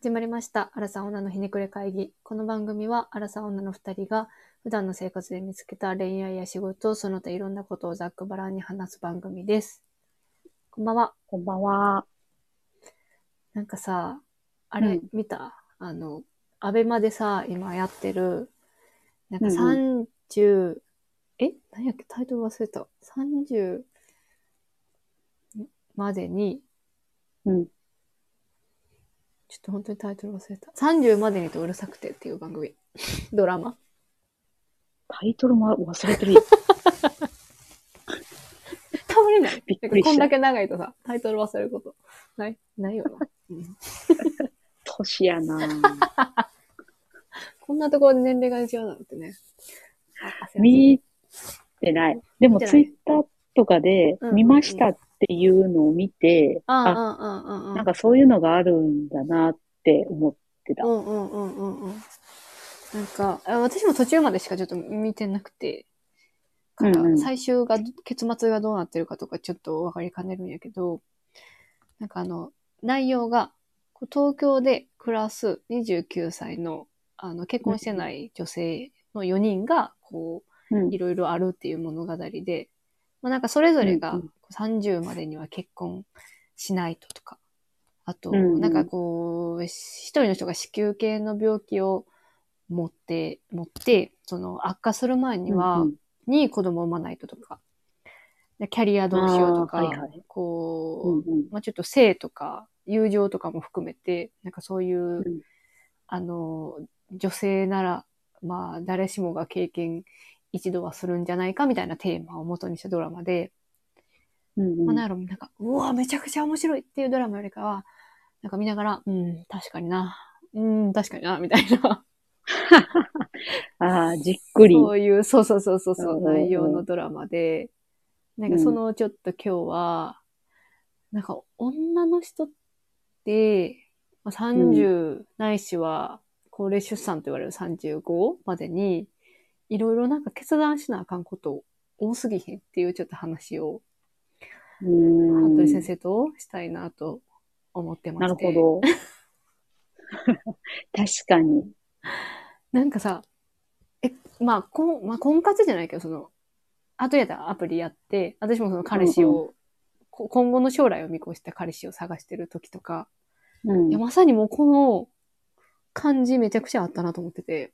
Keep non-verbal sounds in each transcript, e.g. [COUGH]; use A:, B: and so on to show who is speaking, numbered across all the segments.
A: 始まりました。アラサー女のひねくれ会議。この番組は、アラサー女の二人が、普段の生活で見つけた恋愛や仕事、その他いろんなことをざっくばらんに話す番組です。こんばんは。
B: こんばんは。
A: なんかさ、あれ、
B: うん
A: 見たあの、アベマでさ、今やってる、なんか
B: う
A: 30、え何やっけタイトル忘れた。30までに、
B: うん。
A: ちょっと本当にタイトル忘れた。30までにとうるさくてっていう番組。 [LAUGHS] ドラマ。
B: タイトルも忘れ
A: [LAUGHS]
B: てるよ。
A: 倒れない。
B: びっくり
A: こ
B: し
A: んだ
B: た。
A: け長いとさ、タイトル忘れること。ない、ないよな。うん
B: 年やな。
A: こんなところで年齢が違うなんてね。あ焦らず
B: 見てない。で
A: 見
B: も
A: て
B: ツ
A: な
B: イ
A: い
B: ッターとかで
A: うん
B: 見ましたっていうのを見て、
A: ああ、
B: あ、
A: ああ、ああ。
B: なんかそういうのがあるんだなって思ってた。
A: うんうんうんうんうん。なんか、あ私も途中までしかちょっと見てなくて、から、
B: うんうん
A: 最終が、結末がどうなってるかとかちょっと分かりかねるんやけど、なんかあの、内容が、こう東京で暮らす29歳の、あの、結婚してない女性の4人が、こう、
B: うん
A: いろいろあるっていう物語で、まあ、なんかそれぞれ
B: うん
A: が
B: うん
A: 30までには結婚しないととか、あと、
B: うんうん
A: なんかこう、一人の人が子宮系の病気を持って、持って、その悪化する前には、
B: うん
A: に子供を産まないととか、でキャリアどうしようとか、
B: あーはいはい
A: こ
B: う
A: う、
B: んうん
A: まあ、ちょっと性とか友情とかも含めて、なんかそういう、
B: ん
A: あの、女性なら、まあ、誰しもが経験一度はするんじゃないかみたいなテーマを元にしたドラマで、
B: うんうん
A: まあ、なんやろ、なんか、うわ、めちゃくちゃ面白いっていうドラマよりかは、なんか見ながら、うん、確かにな、うん、確かにな、みたいな、
B: あーじっくり。
A: そういう、そうそうそうそうそう、
B: うんうんうん
A: 内容のドラマで、なんかそのちょっと今日は、なんか女の人って、まあ、30ないしは高齢出産と言われる35までに、いろいろなんか決断しなあかんこと多すぎへんっていうちょっと話を、
B: うーん
A: 服部先生としたいなと思ってま
B: なる
A: して。
B: ほど。 [LAUGHS] 確かに。
A: なんかさ、え、まあ、こんまあ、婚活じゃないけど、その、後やったらアプリやって、私もその彼氏を、
B: う
A: こ今後の将来を見越した彼氏を探してる時とか、
B: うん
A: いや、まさにもうこの感じめちゃくちゃあったなと思ってて、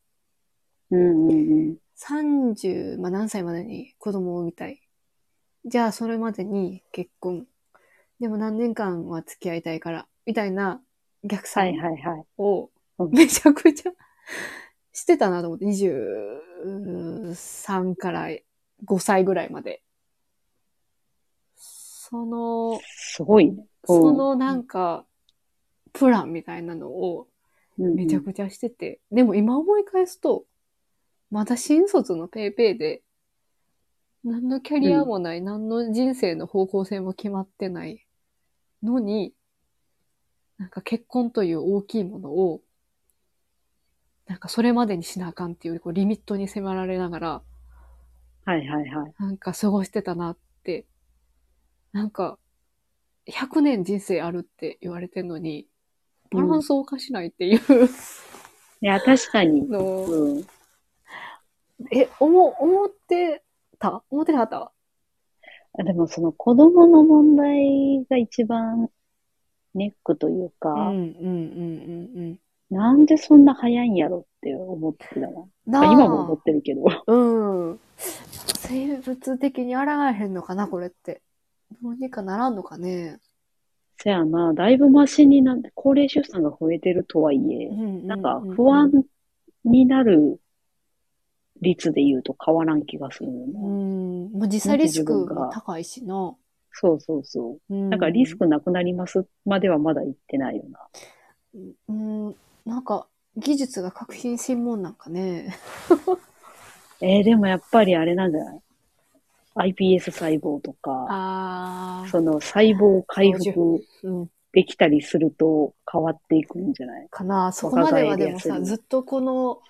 B: うんうん
A: 30、まあ、何歳までに子供を産みたい。じゃあ、それまでに結婚。でも何年間は付き合いたいから、みたいな逆
B: は
A: 算
B: いはいはい。
A: を
B: うん
A: めちゃくちゃ [LAUGHS] してたなと思って、23から5歳ぐらいまで。その、
B: すごいね。
A: そのなんか、プランみたいなのをめ
B: め
A: ちゃくちゃしてて、でも今思い返すと、まだ新卒のペイペイで、何のキャリアもない、何の人生の方向性も決まってないのに、なんか結婚という大きいものを、なんかそれまでにしなあかんっていうこうリミットに迫られながら、
B: はいはいはい。
A: なんか過ごしてたなって、なんか、100年人生あるって言われてんのに、バランスを犯しないっていう
B: いや、確かに。
A: のを、
B: うん。
A: え、思、思ってた思ってなかった
B: あでもその子供の問題が一番ネックというか、
A: うんうんうんうん
B: なんでそんな早いんやろって思ってたわ。
A: うん。
B: あ
A: なあ
B: 今も思ってるけど。 [LAUGHS]
A: うん。生物的に抗えへんのかな、これって。どうにかならんのかね。
B: せやな、だいぶマシになって、高齢出産が増えてるとはいえ、なんか不安になる率で言うと変わらん気がするよ
A: う
B: ね。
A: ん。まあ、実際リスクが高いしな。
B: そうそうそう。
A: な
B: なんかリスクなくなりますまではまだ言ってないよな。
A: うん。なんか、技術が革新新もんなんかね。
B: えーでもやっぱりあれなんじゃない ?iPS 細胞とか、
A: あ
B: その細胞を回復
A: うん。
B: できたりすると変わっていくんじゃない
A: かな。そこまではでも
B: 若返りや
A: さ、
B: すい
A: ずっとこの、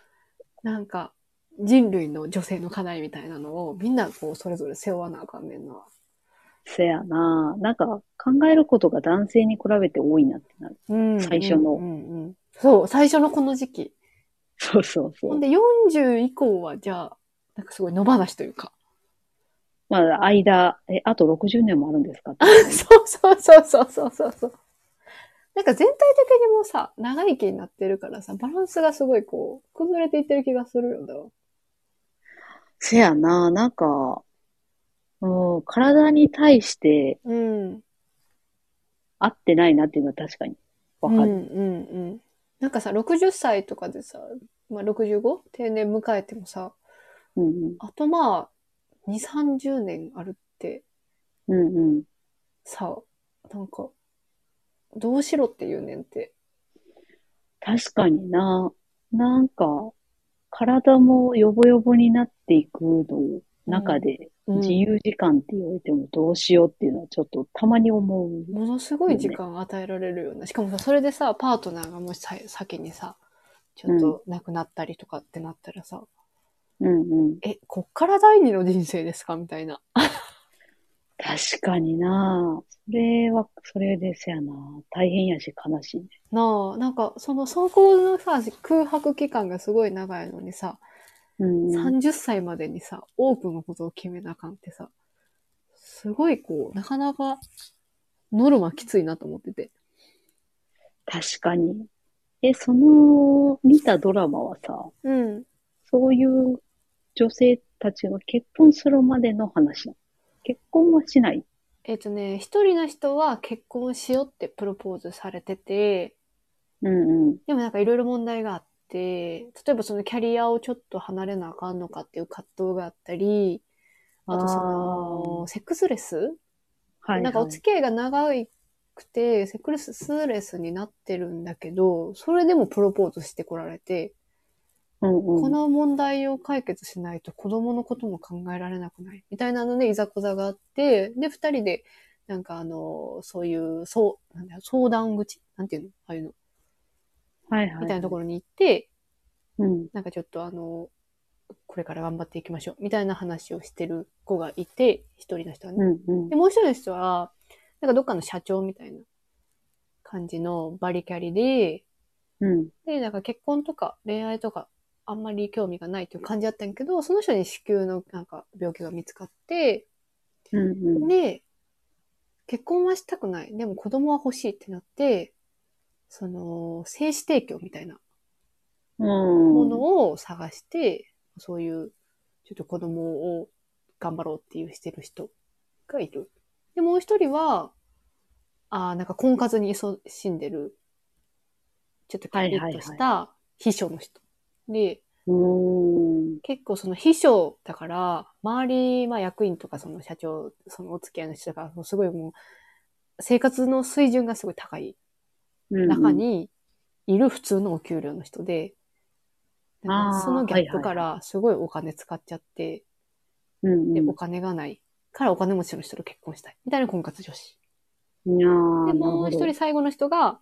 A: なんか、人類の女性の課題みたいなのをみんなこうそれぞれ背負わなあかんねんな。
B: せやななんか考えることが男性に比べて多いなってなる。
A: うん
B: 最初の
A: うんうんうんそう、最初のこの時期。
B: そうそうそ
A: ほ。
B: うん
A: で40以降は、じゃあ、なんかすごい野放しというか。 [LAUGHS]
B: まあ、間、え、あと60年もあるんですかって。
A: そうそうそうそうそうそうそう。なんか全体的にもうさ、長生きになってるからさ、バランスがすごいこう、崩れていってる気がするよな。
B: せやな、なんか、うん、体に対して
A: うん。
B: 合ってないなっていうのは確かにわか
A: うん
B: る。
A: うんうん。なんかさ、60歳とかでさ、まあ 65? 定年迎えてもさ、
B: うん、うん、
A: あとまあ、2、30年あるって
B: うん、うん。
A: さ、なんか、どうしろって言うねんって。
B: 確かにな、なんか、体もヨボヨボになっていくの中で、
A: うん
B: 自由時間って言われてもどうしようっていうのはちょっとたまに思う。
A: ものすごい時間与えられるような。しかもさ、それでさ、パートナーがもしさ先にさ、ちょっと亡くなったりとかってなったらさ、
B: うんうん。
A: え、こっから第二の人生ですかみたいな。
B: 確かにな。それは、それですやな。大変やし悲しいね。
A: なあ、なんか、その、そこのさ、空白期間がすごい長いのにさ、
B: うんうん。
A: 30歳までにさ、多くのことを決めなあかんってさ、すごいこう、なかなか、ノルマきついなと思ってて。
B: 確かに。え、その、見たドラマはさ、
A: うん。
B: そういう女性たちが結婚するまでの話なの結婚はしない。
A: えっ、とね、一人の人は結婚しようってプロポーズされてて、
B: うんうん。
A: でもなんかいろいろ問題があって、例えばそのキャリアをちょっと離れなあかんのかっていう葛藤があったり、あとその、セックスレス
B: はいはい。
A: なんかお付き合いが長くて、セックスレスになってるんだけど、それでもプロポーズしてこられて、
B: うんうん、
A: この問題を解決しないと子供のことも考えられなくない。みたいなので、いざこざがあって、で、二人で、なんかあの、そういう、そう、なんだよ相談口なんていうのああいうの。
B: はいはい。
A: みたいなところに行って、
B: うん。
A: なんかちょっとあの、これから頑張っていきましょう、みたいな話をしてる子がいて、一人の人はね。
B: うんうん。
A: で、もう一人の人は、なんかどっかの社長みたいな感じのバリキャリで、
B: うん。
A: で、なんか結婚とか恋愛とかあんまり興味がないっていう感じだったんやけど、その人に子宮のなんか病気が見つかって、
B: うんうん。
A: で、結婚はしたくない。でも子供は欲しいってなって、その、精子提供みたいなも
B: うん。
A: のを探して、そういう、ちょっと子供を頑張ろうっていうしてる人がいる。で、もう一人は、あーなんか婚活に勤しんでる、ちょっとキャリッとした秘書の人。で、
B: うん。
A: 結構その秘書だから、周り、まあ役員とかその社長、そのお付き合いの人が、もうすごいもう、生活の水準がすごい高い
B: うん。
A: 中にいる普通のお給料の人で、なんかそのギャップからすごいお金使っちゃって、
B: うん
A: で、
B: うん。
A: お金がないからお金持ちの人と結婚したい。みたいな婚活女子。
B: いや
A: で、
B: ーなる
A: もう
B: ほ
A: 一
B: ど
A: 人最後の人が、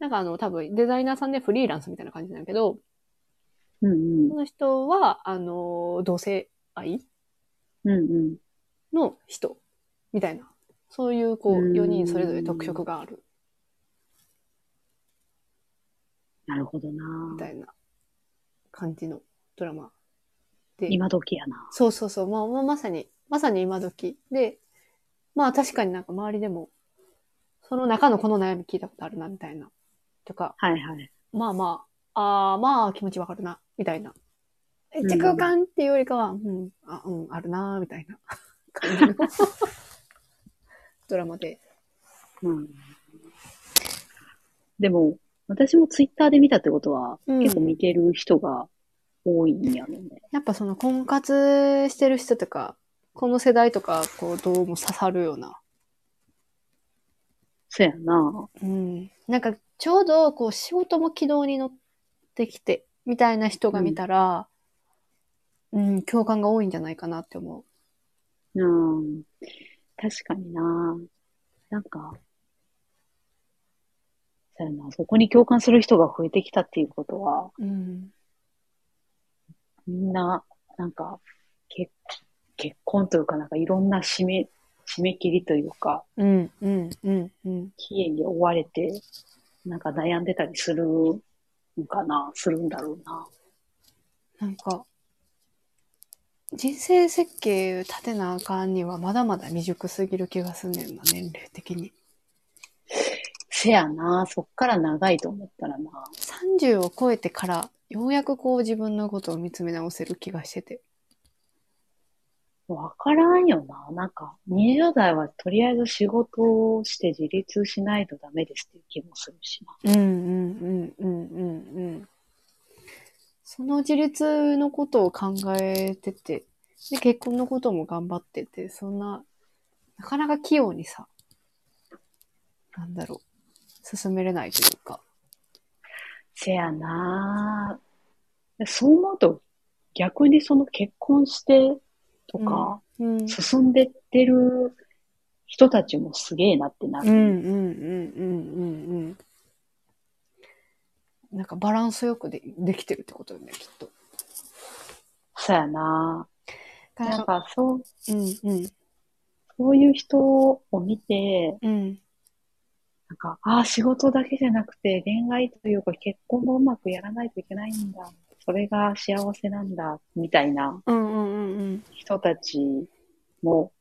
A: なんかあの、多分デザイナーさんでフリーランスみたいな感じなんだけど、
B: うん
A: その人は、あの、同性愛
B: うん。うんうん。
A: の人、みたいな。そういう、こう、
B: うん
A: 4人それぞれ特色がある、
B: なるほど
A: み
B: な
A: たいな感じのドラマで。
B: 今時やな。
A: そうそうそう。まあ、まあ、まさに、まさに今時。で、まあ確かになんか周りでも、その中のこの悩み聞いたことあるな、みたいな。とか、
B: はいはい。
A: まあまあ、ああまあ気持ちわかるな、みたいな。めっちゃ
B: う
A: 空
B: ん
A: 間っていうよりかは、うん、あ、うん、あるな、みたい
B: [LAUGHS]
A: な感じのドラマで。
B: うん。でも、私もツイッターで見たってことは、
A: うん
B: 結構見てる人が多いんやろね。
A: やっぱその婚活してる人とか、この世代とか、こう、どうも刺さるような
B: そうやな
A: うん、なんかちょうどこう仕事も軌道に乗ってきてみたいな人が見たら、うん共感が多いんじゃないかなって思
B: うん。確かにななんか、そうやなそこに共感する人が増えてきたっていうことは、
A: う。うん、
B: みんな、なんか、結、結婚というか、なんかいろんな締め、締め切りというか、
A: うん、うん、うん、うん。
B: 期限に追われて、なんか悩んでたりするんかな、するんだろうな。
A: なんか、人生設計立てなあかんにはまだまだ未熟すぎる気がすんねんな、年齢的に。
B: せやな、そっから長いと思ったらな。
A: 30を超えてから、ようやくこう自分のことを見つめ直せる気がしてて。
B: わからんよな。なんか、20代はとりあえず仕事をして自立しないとダメですっていう気もするしな。
A: うんうんうんうんうんうん。その自立のことを考えてて、で、結婚のことも頑張ってて、そんな、なかなか器用にさ、なんだろう、進めれないというか。
B: せやな。そう思うと、逆にその結婚してとか、
A: うん。うん
B: 進んでってる人たちもすげえなってな
A: うんう
B: る。
A: んうんうんうん。なんかバランスよくでできてるってことよね、きっと。
B: そうやな。なんか、そう、
A: うんうん
B: そういう人を見て、
A: うん
B: なんか、ああ、仕事だけじゃなくて、恋愛というか結婚もうまくやらないといけないんだ。それが幸せなんだ、みたいな
A: うんうんうん
B: 人たちも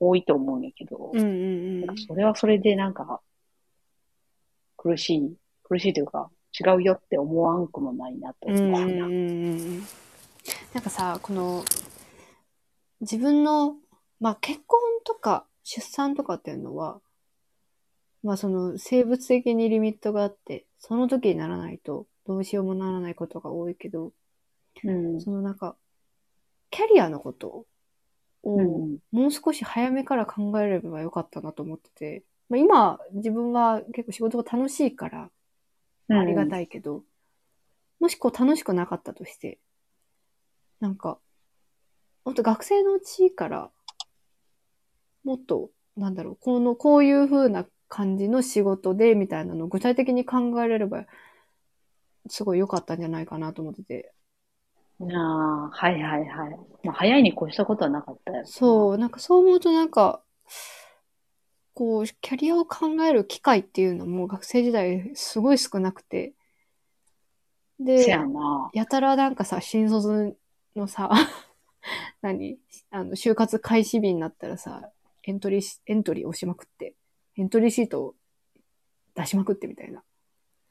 B: 多いと思うんやけど、
A: うんうんうん
B: なんかそれはそれでなんか、苦しい、苦しいというか、違うよって思わんくもないなと
A: うんうん
B: 思
A: う
B: うな。
A: んうんなんかさこの自分の、まあ、結婚とか出産とかっていうのは、まあ、その生物的にリミットがあってその時にならないとどうしようもならないことが多いけど
B: うん。
A: そのなんかキャリアのことを、
B: うん。
A: もう少し早めから考えればよかったなと思ってて、まあ、今自分は結構仕事が楽しいからありが
B: い。
A: たいけど、もしこう楽しくなかったとして、なんか、ほんと学生のうちから、もっと、なんだろう、この、こういう風な感じの仕事で、みたいなのを具体的に考えれれば、すごい良かったんじゃないかなと思ってて。
B: ああ、はいはいはい。まあ、早いに越したことはなかったよ。
A: そう、なんかそう思うとなんか、こう、キャリアを考える機会っていうのも学生時代すごい少なくて。で、
B: せやな。
A: やたらなんかさ、新卒のさ、 [LAUGHS] 何あの、就活開始日になったらさ、エントリーし、エントリー押しまくって、エントリーシートを出しまくってみたいな。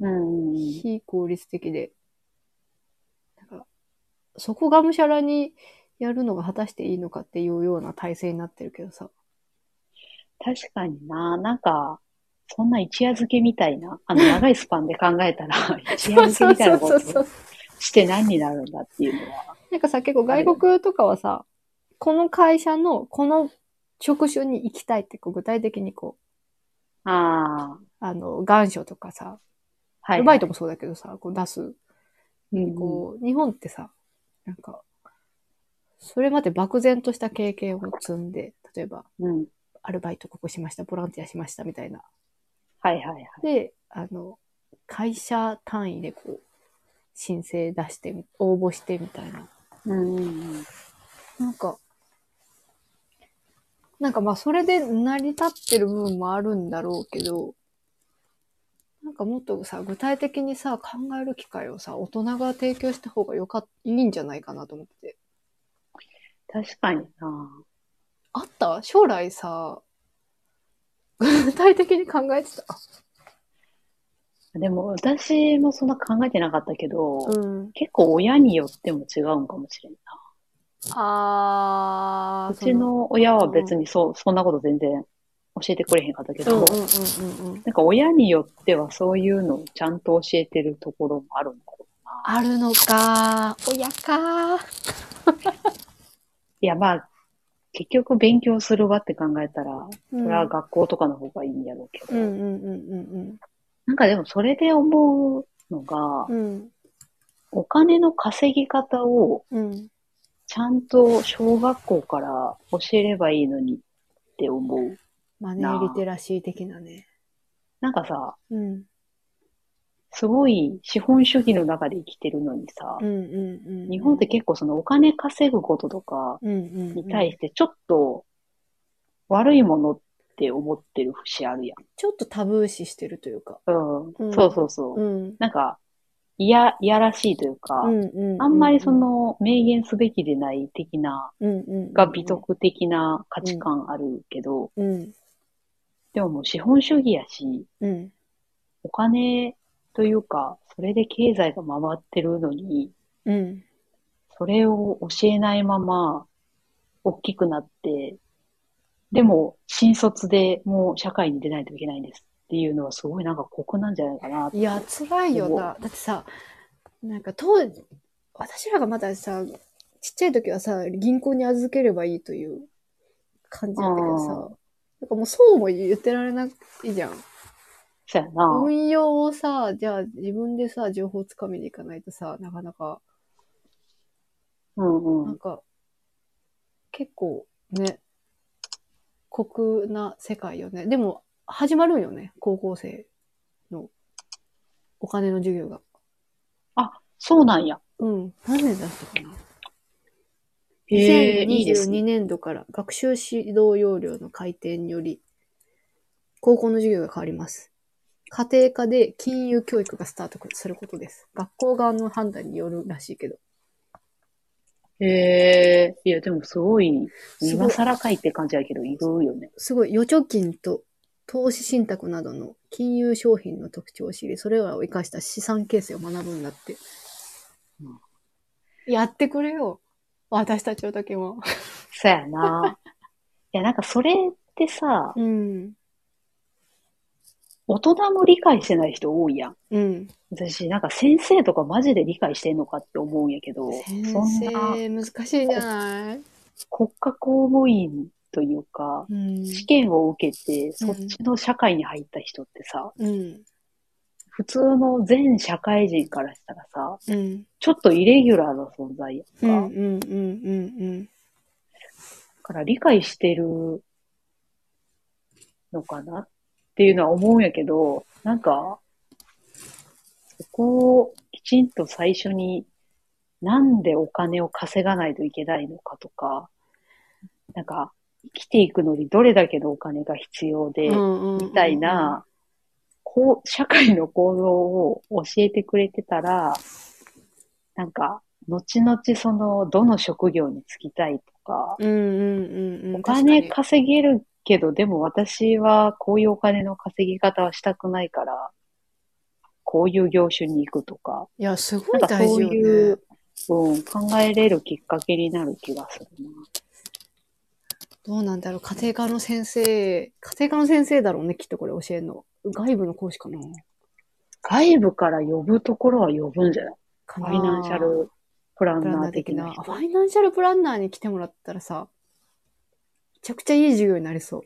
B: うん。
A: 非効率的で。なんか、そこがむしゃらにやるのが果たしていいのかっていうような体制になってるけどさ。
B: 確かにな、なんか、そんな一夜漬けみたいな、
A: [LAUGHS]
B: あの、長いスパンで考えたら、一夜漬けみたいなこ
A: そうそうそうそ
B: と
A: う。
B: して何になるんだっていうのは。
A: なんかさ、結構外国とかはさ、この会社の、この職種に行きたいって、こう具体的にこう、
B: ああ、
A: あの、願書とかさ、
B: はい。
A: アルバイトもそうだけどさ、こう出す。
B: うん
A: こう、日本ってさ、なんか、それまで漠然とした経験を積んで、例えば、
B: うん。
A: アルバイトここしました、ボランティアしましたみたいな。
B: はいはいはい。
A: で、あの、会社単位でこう、申請出して、応募してみたいな。
B: うんうんうん。
A: なんか、なんかまあそれで成り立ってる部分もあるんだろうけど、なんかもっとさ、具体的にさ、考える機会をさ、大人が提供した方がよかっ、いいんじゃないかなと思ってて。
B: 確かにな。
A: あった将来さ、具体的に考えてた。
B: でも私もそんな考えてなかったけど、
A: うん。
B: 結構親によっても違うんかもしれんな。
A: あー、
B: うちの親は別にそう、そんなこと全然教えてくれへんかったけ
A: その、
B: ど、
A: うんうんうんうんうん。
B: なんか親によってはそういうのをちゃんと教えてるところもあるのかもな。
A: あるのか親か
B: いや、まあ、結局勉強する場って考えたら、
A: そ
B: それは学校とかの方がいいんやろうけ
A: う
B: ど、
A: んうんうんうん
B: なんかでもそれで思うのが、
A: うん。うん。
B: お金の稼ぎ方を
A: うん。
B: ちゃんと小学校から教えればいいのにって思う。
A: マネ
B: なあ
A: ーリテラシー的なね。
B: なんかさ、
A: うん。
B: すごい資本主義の中で生きてるのにさ
A: うん、うんうん。
B: 日本って結構そのお金稼ぐこととか
A: 構、うんうん、
B: に対してちょっと悪いものって思ってる節あるやん。
A: ちょっとタブー視してるというか。
B: うん。
A: うん
B: そうそうそう。
A: ん。
B: なんか、いや、いやらしいというか、
A: うんうんうん。
B: あんまりそ、の、明言すべきでない的な、
A: うんうんうん。
B: が美。徳的な価値観あるけど、
A: うん。
B: でももう資本主義やし、
A: うん。
B: お金というか、それで経済が回ってるのに、
A: うん。
B: それを教えないまま、大きくなって、でも、新卒でもう社会に出ないといけないんですっていうのはすごいなんか酷なんじゃないかな。
A: いや、辛いよな。だってさ、なんか当時、私らがまださ、ちっちゃい時はさ、銀行に預ければいいという感じだったけどさ
B: あ、
A: なんかもうそうも言ってられないじゃん。
B: そうやな。
A: 運用をさ、じゃあ自分でさ、情報をつかみに行かないとさ、なかなか、
B: うんう
A: なん
B: ん。
A: か、結構ね、酷な世界よね。でも、始まるんよね、高校生のお金の授業が。
B: そうなんや。
A: うん。何年だったかな。
B: えいいですね。
A: 2022年度から学習指導要領の改定により、高校の授業が変わります。家庭科で金融教育がスタートすることです。学校側の判断によるらしいけど。
B: へえいや、でもすごい、
A: ごい
B: 今更かいって感じやけど、いるよね。
A: すごい、預貯金と投資信託などの金融商品の特徴を知り、それらを生かした資産形成を学ぶんだって。
B: うん
A: やってくれよ。私たちの時も。
B: そうやな。 [LAUGHS] いや、なんかそれってさ、
A: うん。
B: 大人も理解してない人多いやん。
A: うん。
B: 私、なんか先生とかマジで理解してんのかって思うんやけど、
A: 先
B: そんな
A: 生、難しいんじゃない
B: 国家公務員というか、
A: うん。
B: 試験を受けて、そっちの社会に入った人ってさ、
A: うん。
B: 普通の全社会人からしたらさ、
A: うん。
B: ちょっとイレギュラーな存在やんか。
A: うん。うん
B: だ。
A: うん。うん。
B: から理解してるのかなっていうのは思うんやけど、なんか、そこをきちんと最初に、なんでお金を稼がないといけないのかとか、なんか、生きていくのにどれだけのお金が必要で、
A: うん。
B: みたいな、こう、社会の構造を教えてくれてたら、なんか、後々その、どの職業に就きたいとか、
A: うん。うん。うん。うん。
B: お金
A: 確か
B: 稼げるけど、でも私はこういうお金の稼ぎ方はしたくないから、こういう業種に行くとか、
A: に。いや、すご
B: ないんか
A: 大
B: そ
A: 事
B: う
A: よ
B: い
A: ね
B: う。、うん、考えれるきっかけになる気がするな。
A: どうなんだろう家庭科の先生、家庭科の先生だろうね、きっとこれ教えるの。外部の講師かな
B: 外部から呼ぶところは呼ぶんじゃない
A: か
B: フ
A: な
B: ァイナンシャルプラン
A: プラン
B: ナ
A: ナ
B: ー
A: ー
B: 的
A: 的
B: な
A: な。
B: 人
A: ファイナンシャルプランナーに来てもらったらさ、めちゃくちゃいい授業になりそう。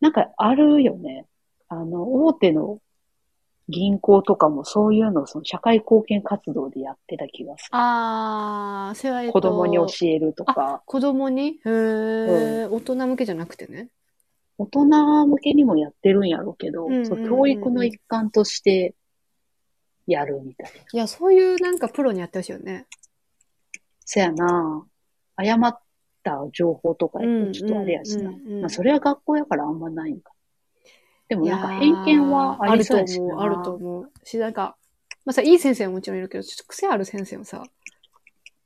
B: なんかあるよね。あの、大手の銀行とかもそういうのをその社会貢献活動でやってた気がする。
A: あー、それは、えっと
B: 子供に教えるとか、
A: 子供にへー、大人向けじゃなくてね。
B: 大人向けにもやってるんやろうけど、
A: うんうんうんうん
B: その教育の一環としてやるみたいな。
A: いや、そういうなんかプロにやってほしいよね。
B: せやな誤った情報とかやっ
A: うん
B: てちょっとあれやしな。
A: うんうんうん
B: まあそれは学校やからあんまないんか。でも
A: い
B: なん
A: や
B: か偏見はありそうやし
A: ー
B: な。
A: あると思う。あると思う。し、なんか、まあさ、いい先生はもちろんいるけど、ちょっと癖ある先生もさ、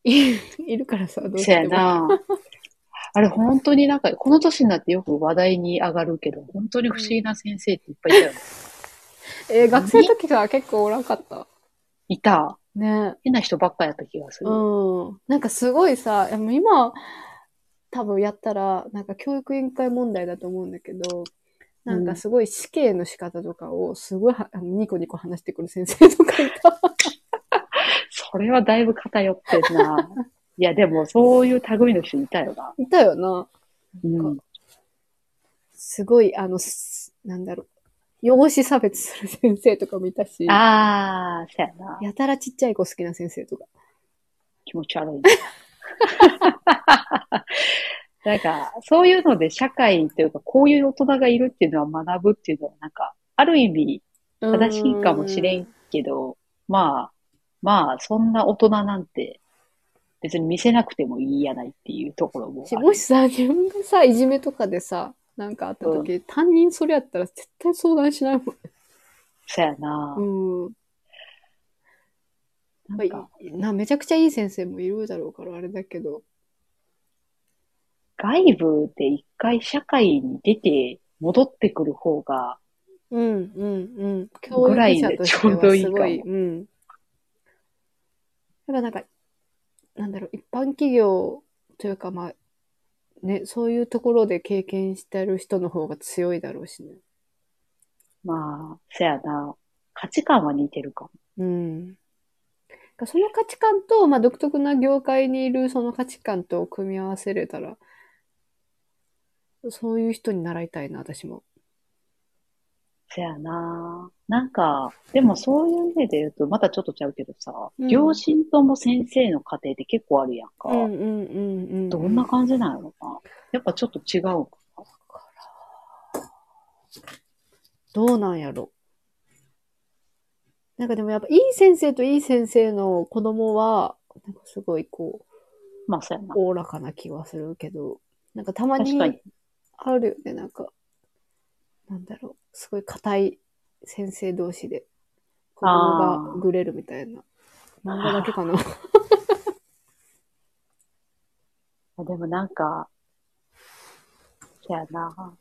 A: い [LAUGHS] いるからさ、どうし
B: そや
A: ても。 [LAUGHS]
B: な。あれ本当になんか、この年になってよく話題に上がるけど、本当に不思議な先生っていっぱいいたよね。
A: えー学生の時さ、結構おらんかった。
B: いた。
A: ね。
B: 変な人ばっかやった気がする。
A: うん。なんかすごいさ、でも今、多分やったら、なんか教育委員会問題だと思うんだけど、なんかすごい死刑の仕方とかをすごいはあのニコニコ話してくる先生とかいた。 [LAUGHS]
B: それはだいぶ偏ってんな。いや、でもそういう類の人いたよな。
A: いたよな。
B: うん。
A: すごい、あの、すなんだろう。容姿差別する先生とかもいたし、
B: あー、そやな。
A: やたらちっちゃい子好きな先生とか。
B: 気持ち悪い。 [LAUGHS] なんか、そういうので社会というか、こういう大人がいるっていうのは学ぶっていうのは、なんか、ある意味、正しいかもしれ。
A: うん
B: けど、まあ、まあ、そんな大人なんて、別に見せなくてもいいやないっていうところも
A: し
B: ある
A: もしさ、自分がさ、いじめとかでさ、なんかあった時、担任それやったら絶対相談しないもん。
B: そうやな、
A: うん。ま
B: な
A: あ
B: ん
A: い
B: か、
A: いな、めちゃくちゃいい先生もいるだろうから、あれだけど。
B: 外部で一回社会に出て戻ってくる方が、
A: うん、うん、うん。教
B: ぐら
A: 育
B: い
A: 者
B: で
A: とし
B: ち
A: て
B: ょうど
A: はい
B: い
A: す
B: かも
A: ごい、うん。やっぱなんか、なんだろう、一般企業というか、まあ、ね、そういうところで経験してる人の方が強いだろうしね。
B: まあ、せやな、価値観は似てるかも。
A: うん。その価値観と、まあ、独特な業界にいるその価値観と組み合わせれたら、そういう人に習いたいな、私も。
B: せやな。なんか、でもそういう意味で言うと、またちょっとちゃうけどさ、
A: うん
B: 両親とも先生の家庭って結構あるやんか。
A: うんうんうんうん。
B: どんな感じなのかな。やっぱちょっと違うかな。
A: どうなんやろ。なんかでもやっぱいい先生といい先生の子供は、なんかすごいこう、
B: まあ、そうやな。
A: おおらかな気はするけど、なんかたま
B: 確
A: に
B: かに。
A: あるよね、なんか、なんだろう、すごい硬い先生同士で子供がぐれるみたいな。漫画だけかな。
B: でもなんか、せやな。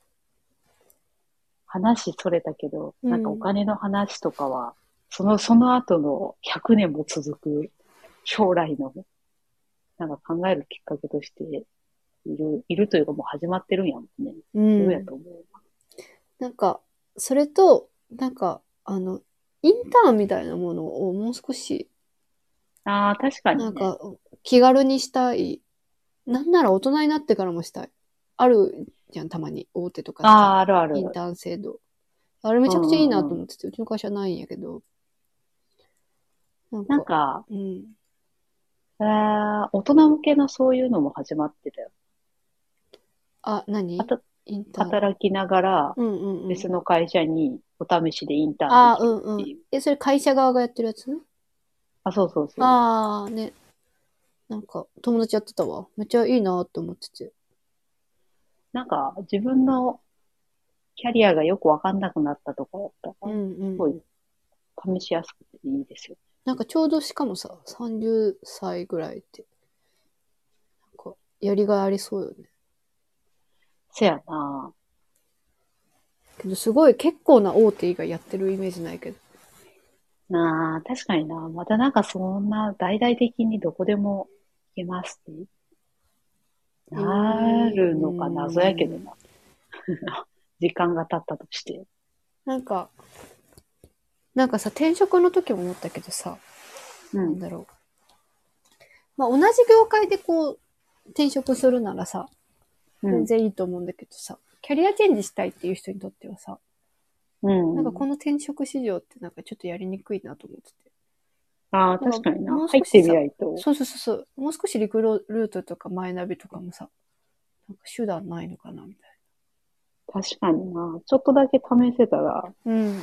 B: 話それたけど、
A: うん
B: なんかお金の話とかは、その、その後の100年も続く将来の、なんか考えるきっかけとして、いる、いるというかもう始まってるんやもんね。
A: う
B: そ
A: ん
B: うやと思う。
A: なんか、それと、なんか、あの、インターンみたいなものをもう少し、
B: ああ、確かに、ね。
A: なんか、気軽にしたい。なんなら大人になってからもしたい。あるじゃん、たまに。大手とかで
B: あ
A: さ
B: あ、あるある
A: イン。ターン制度。あれめちゃくちゃいいなと思ってて、うちの会社ないんやけど。なん
B: なん
A: か、
B: か、
A: うん。
B: えー大人向けのそういうのも始まってたよ。
A: あ、何
B: あと
A: インターン。
B: 働きながら、
A: うんうんうん。
B: 別の会社にお試しでインター
A: あ
B: ン
A: ーうんう
B: できる
A: ん
B: っていう。。
A: え、それ会社側がやってるやつ
B: あ、そうそうそう。
A: ああ、ね。なんか、友達やってたわ。めっちゃいいなって思ってて。
B: なんか、自分のキャリアがよくわかんなくなったとかだったら、
A: うんうん
B: すご。い、試しやすくていいですよ。
A: なんかちょうどしかもさ、30歳ぐらいって、なんか、やりがいありそうよね。
B: せやな
A: けどすごい結構な大手以外やってるイメージないけど。
B: なあ、確かになまたなんかそんな大々的にどこでも行けますって。なるのか謎やけどな。時間が経ったとして。
A: なんか、なんかさ、転職の時も思ったけどさ、
B: う
A: なん。だろう。まあ、同じ業界でこう、転職するならさ、
B: うん
A: 全。然いいと思うんだけどさ、キャリアチェンジしたいっていう人にとってはさ、
B: うん。
A: なんかこの転職市場ってなんかちょっとやりにくいなと思ってて。
B: ああ、
A: なんか
B: 確かにな。
A: もう少
B: 入
A: し
B: っ
A: さ
B: てみないと。
A: そうそうそうそう。もう少しリクルートとかマイナビとかもさ、なんか手段ないのかなみたい
B: 確かにな。ちょっとだけ試せたら、
A: な。うんうんうんうん。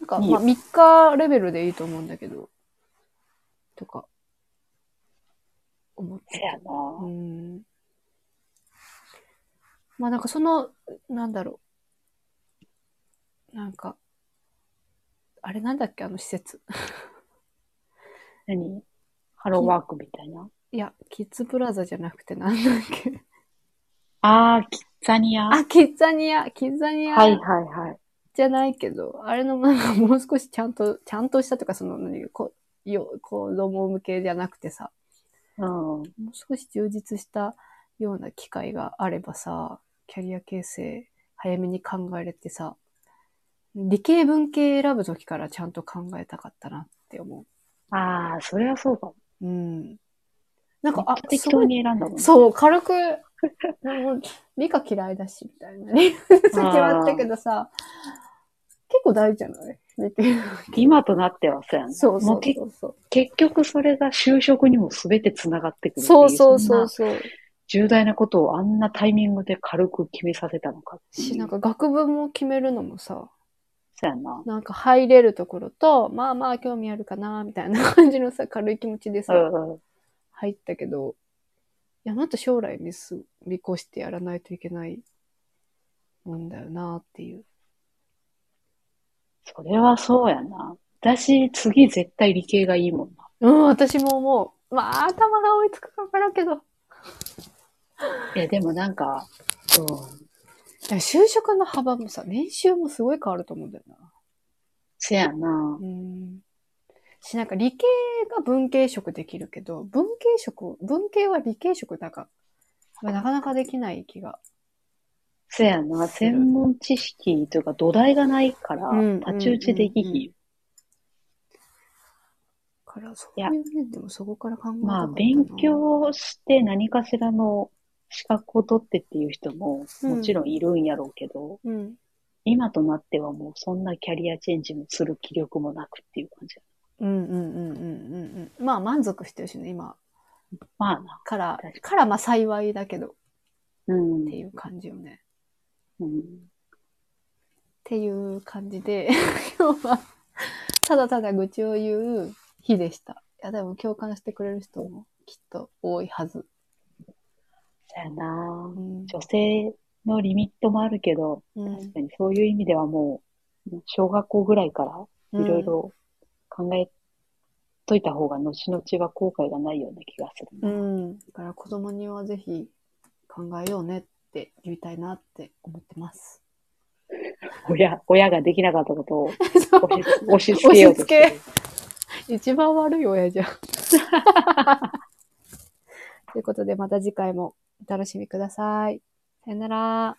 A: なんか、
B: いいよ
A: まあ3日レベルでいいと思うんだけど、とか、思って
B: せ
A: て
B: やな。
A: うん。まあなんかその、なんだろう。なんか、あれなんだっけあの施設。
B: 何ハローワークみたいな。
A: いや、キッズプラザじゃなくてなんだっけ。
B: ああ、キッザニア。は
A: あ、キッザニア、キッザニ
B: い
A: ア。
B: はいはい。
A: じゃないけど、あれのなんかもう少しちゃんと、ちゃんとしたとか、その何、こよ子供向けじゃなくてさ、
B: うん。
A: もう少し充実したような機会があればさ、キャリア形成早めに考えれてさ、理系文系選ぶときからちゃんと考えたかったなって思
B: ああ、それはそうかも。
A: う。うん。なん
B: めっ
A: か、
B: ち
A: あ
B: ゃ、
A: す
B: 適当
A: ごい
B: に選んだもんね。
A: そう、軽く、 [LAUGHS] もう理科嫌いだし、みたいな。 [LAUGHS] 理科決まったけどさ、結構大事じゃない理系
B: 今となってはそうやん。
A: そうそ
B: も
A: う
B: うけ
A: そうそう。
B: 結局それが就職にも全て繋がってくるってい
A: そうそう
B: そん
A: そ
B: な
A: うそう。
B: 重大なことをあんなタイミングで軽く決めさせたのかっていう。
A: し、なんか学部も決めるのもさ、
B: そうやな。
A: なんか入れるところと、まあまあ興味あるかな、みたいな感じのさ、軽い気持ちでさ、
B: うんうん。
A: 入ったけど、いや、また将来見す見越してやらないといけないもんだよな、っていう。
B: それはそうやな。私、次絶対理系がいいもんな。
A: うん、私も思う。まあ、頭が追いつくか分からんけど。
B: いや、でもなんか、うん、
A: いや就職の幅もさ、年収もすごい変わると思うんだよな。
B: せやな。
A: うん。し、なんか理系が文系職できるけど、文系職、文系は理系職だが、まあなかなかできない気が。
B: せやな。専門知識というか土台がないから
A: うんうん、
B: 太刀打ちでき
A: うんうん
B: ひん。
A: から、そういう面でもそこから考え
B: まあ、
A: たかったな
B: 勉。強して何かしらの資格を取ってっていう人ももちろんいるんやろうけど、
A: うん。
B: 今となってはもうそんなキャリアチェンジもする気力もなくっていう感じ。
A: うんうんうんうんうんうん。まあ満足してるしね、今。
B: まあな。
A: から
B: 確か、に
A: からまあ幸いだけどっ
B: うん。
A: ていう感じよね。
B: うん、
A: っていう感じで、 [LAUGHS] 今日は、ただただ愚痴を言う日でした。いや、でも共感してくれる人もきっと多いはず。
B: だよな
A: う。ん。
B: 女性のリミットもあるけど、
A: うん
B: 確かにそういう意味ではもう、小学校ぐらいからいろいろ考えといた方が後々は後悔がないような気がする
A: う
B: な。
A: ん。だから子供にはぜひ考えようねって言いたいなって思って
B: [LAUGHS]
A: ます。
B: 親、親ができなかったことを押し
A: [LAUGHS]
B: 押し付
A: 押
B: けよ
A: し
B: うとし
A: 付
B: てる
A: け。一番悪い [LAUGHS] 親じゃん。ということで、また次回もお楽しみください。さよなら。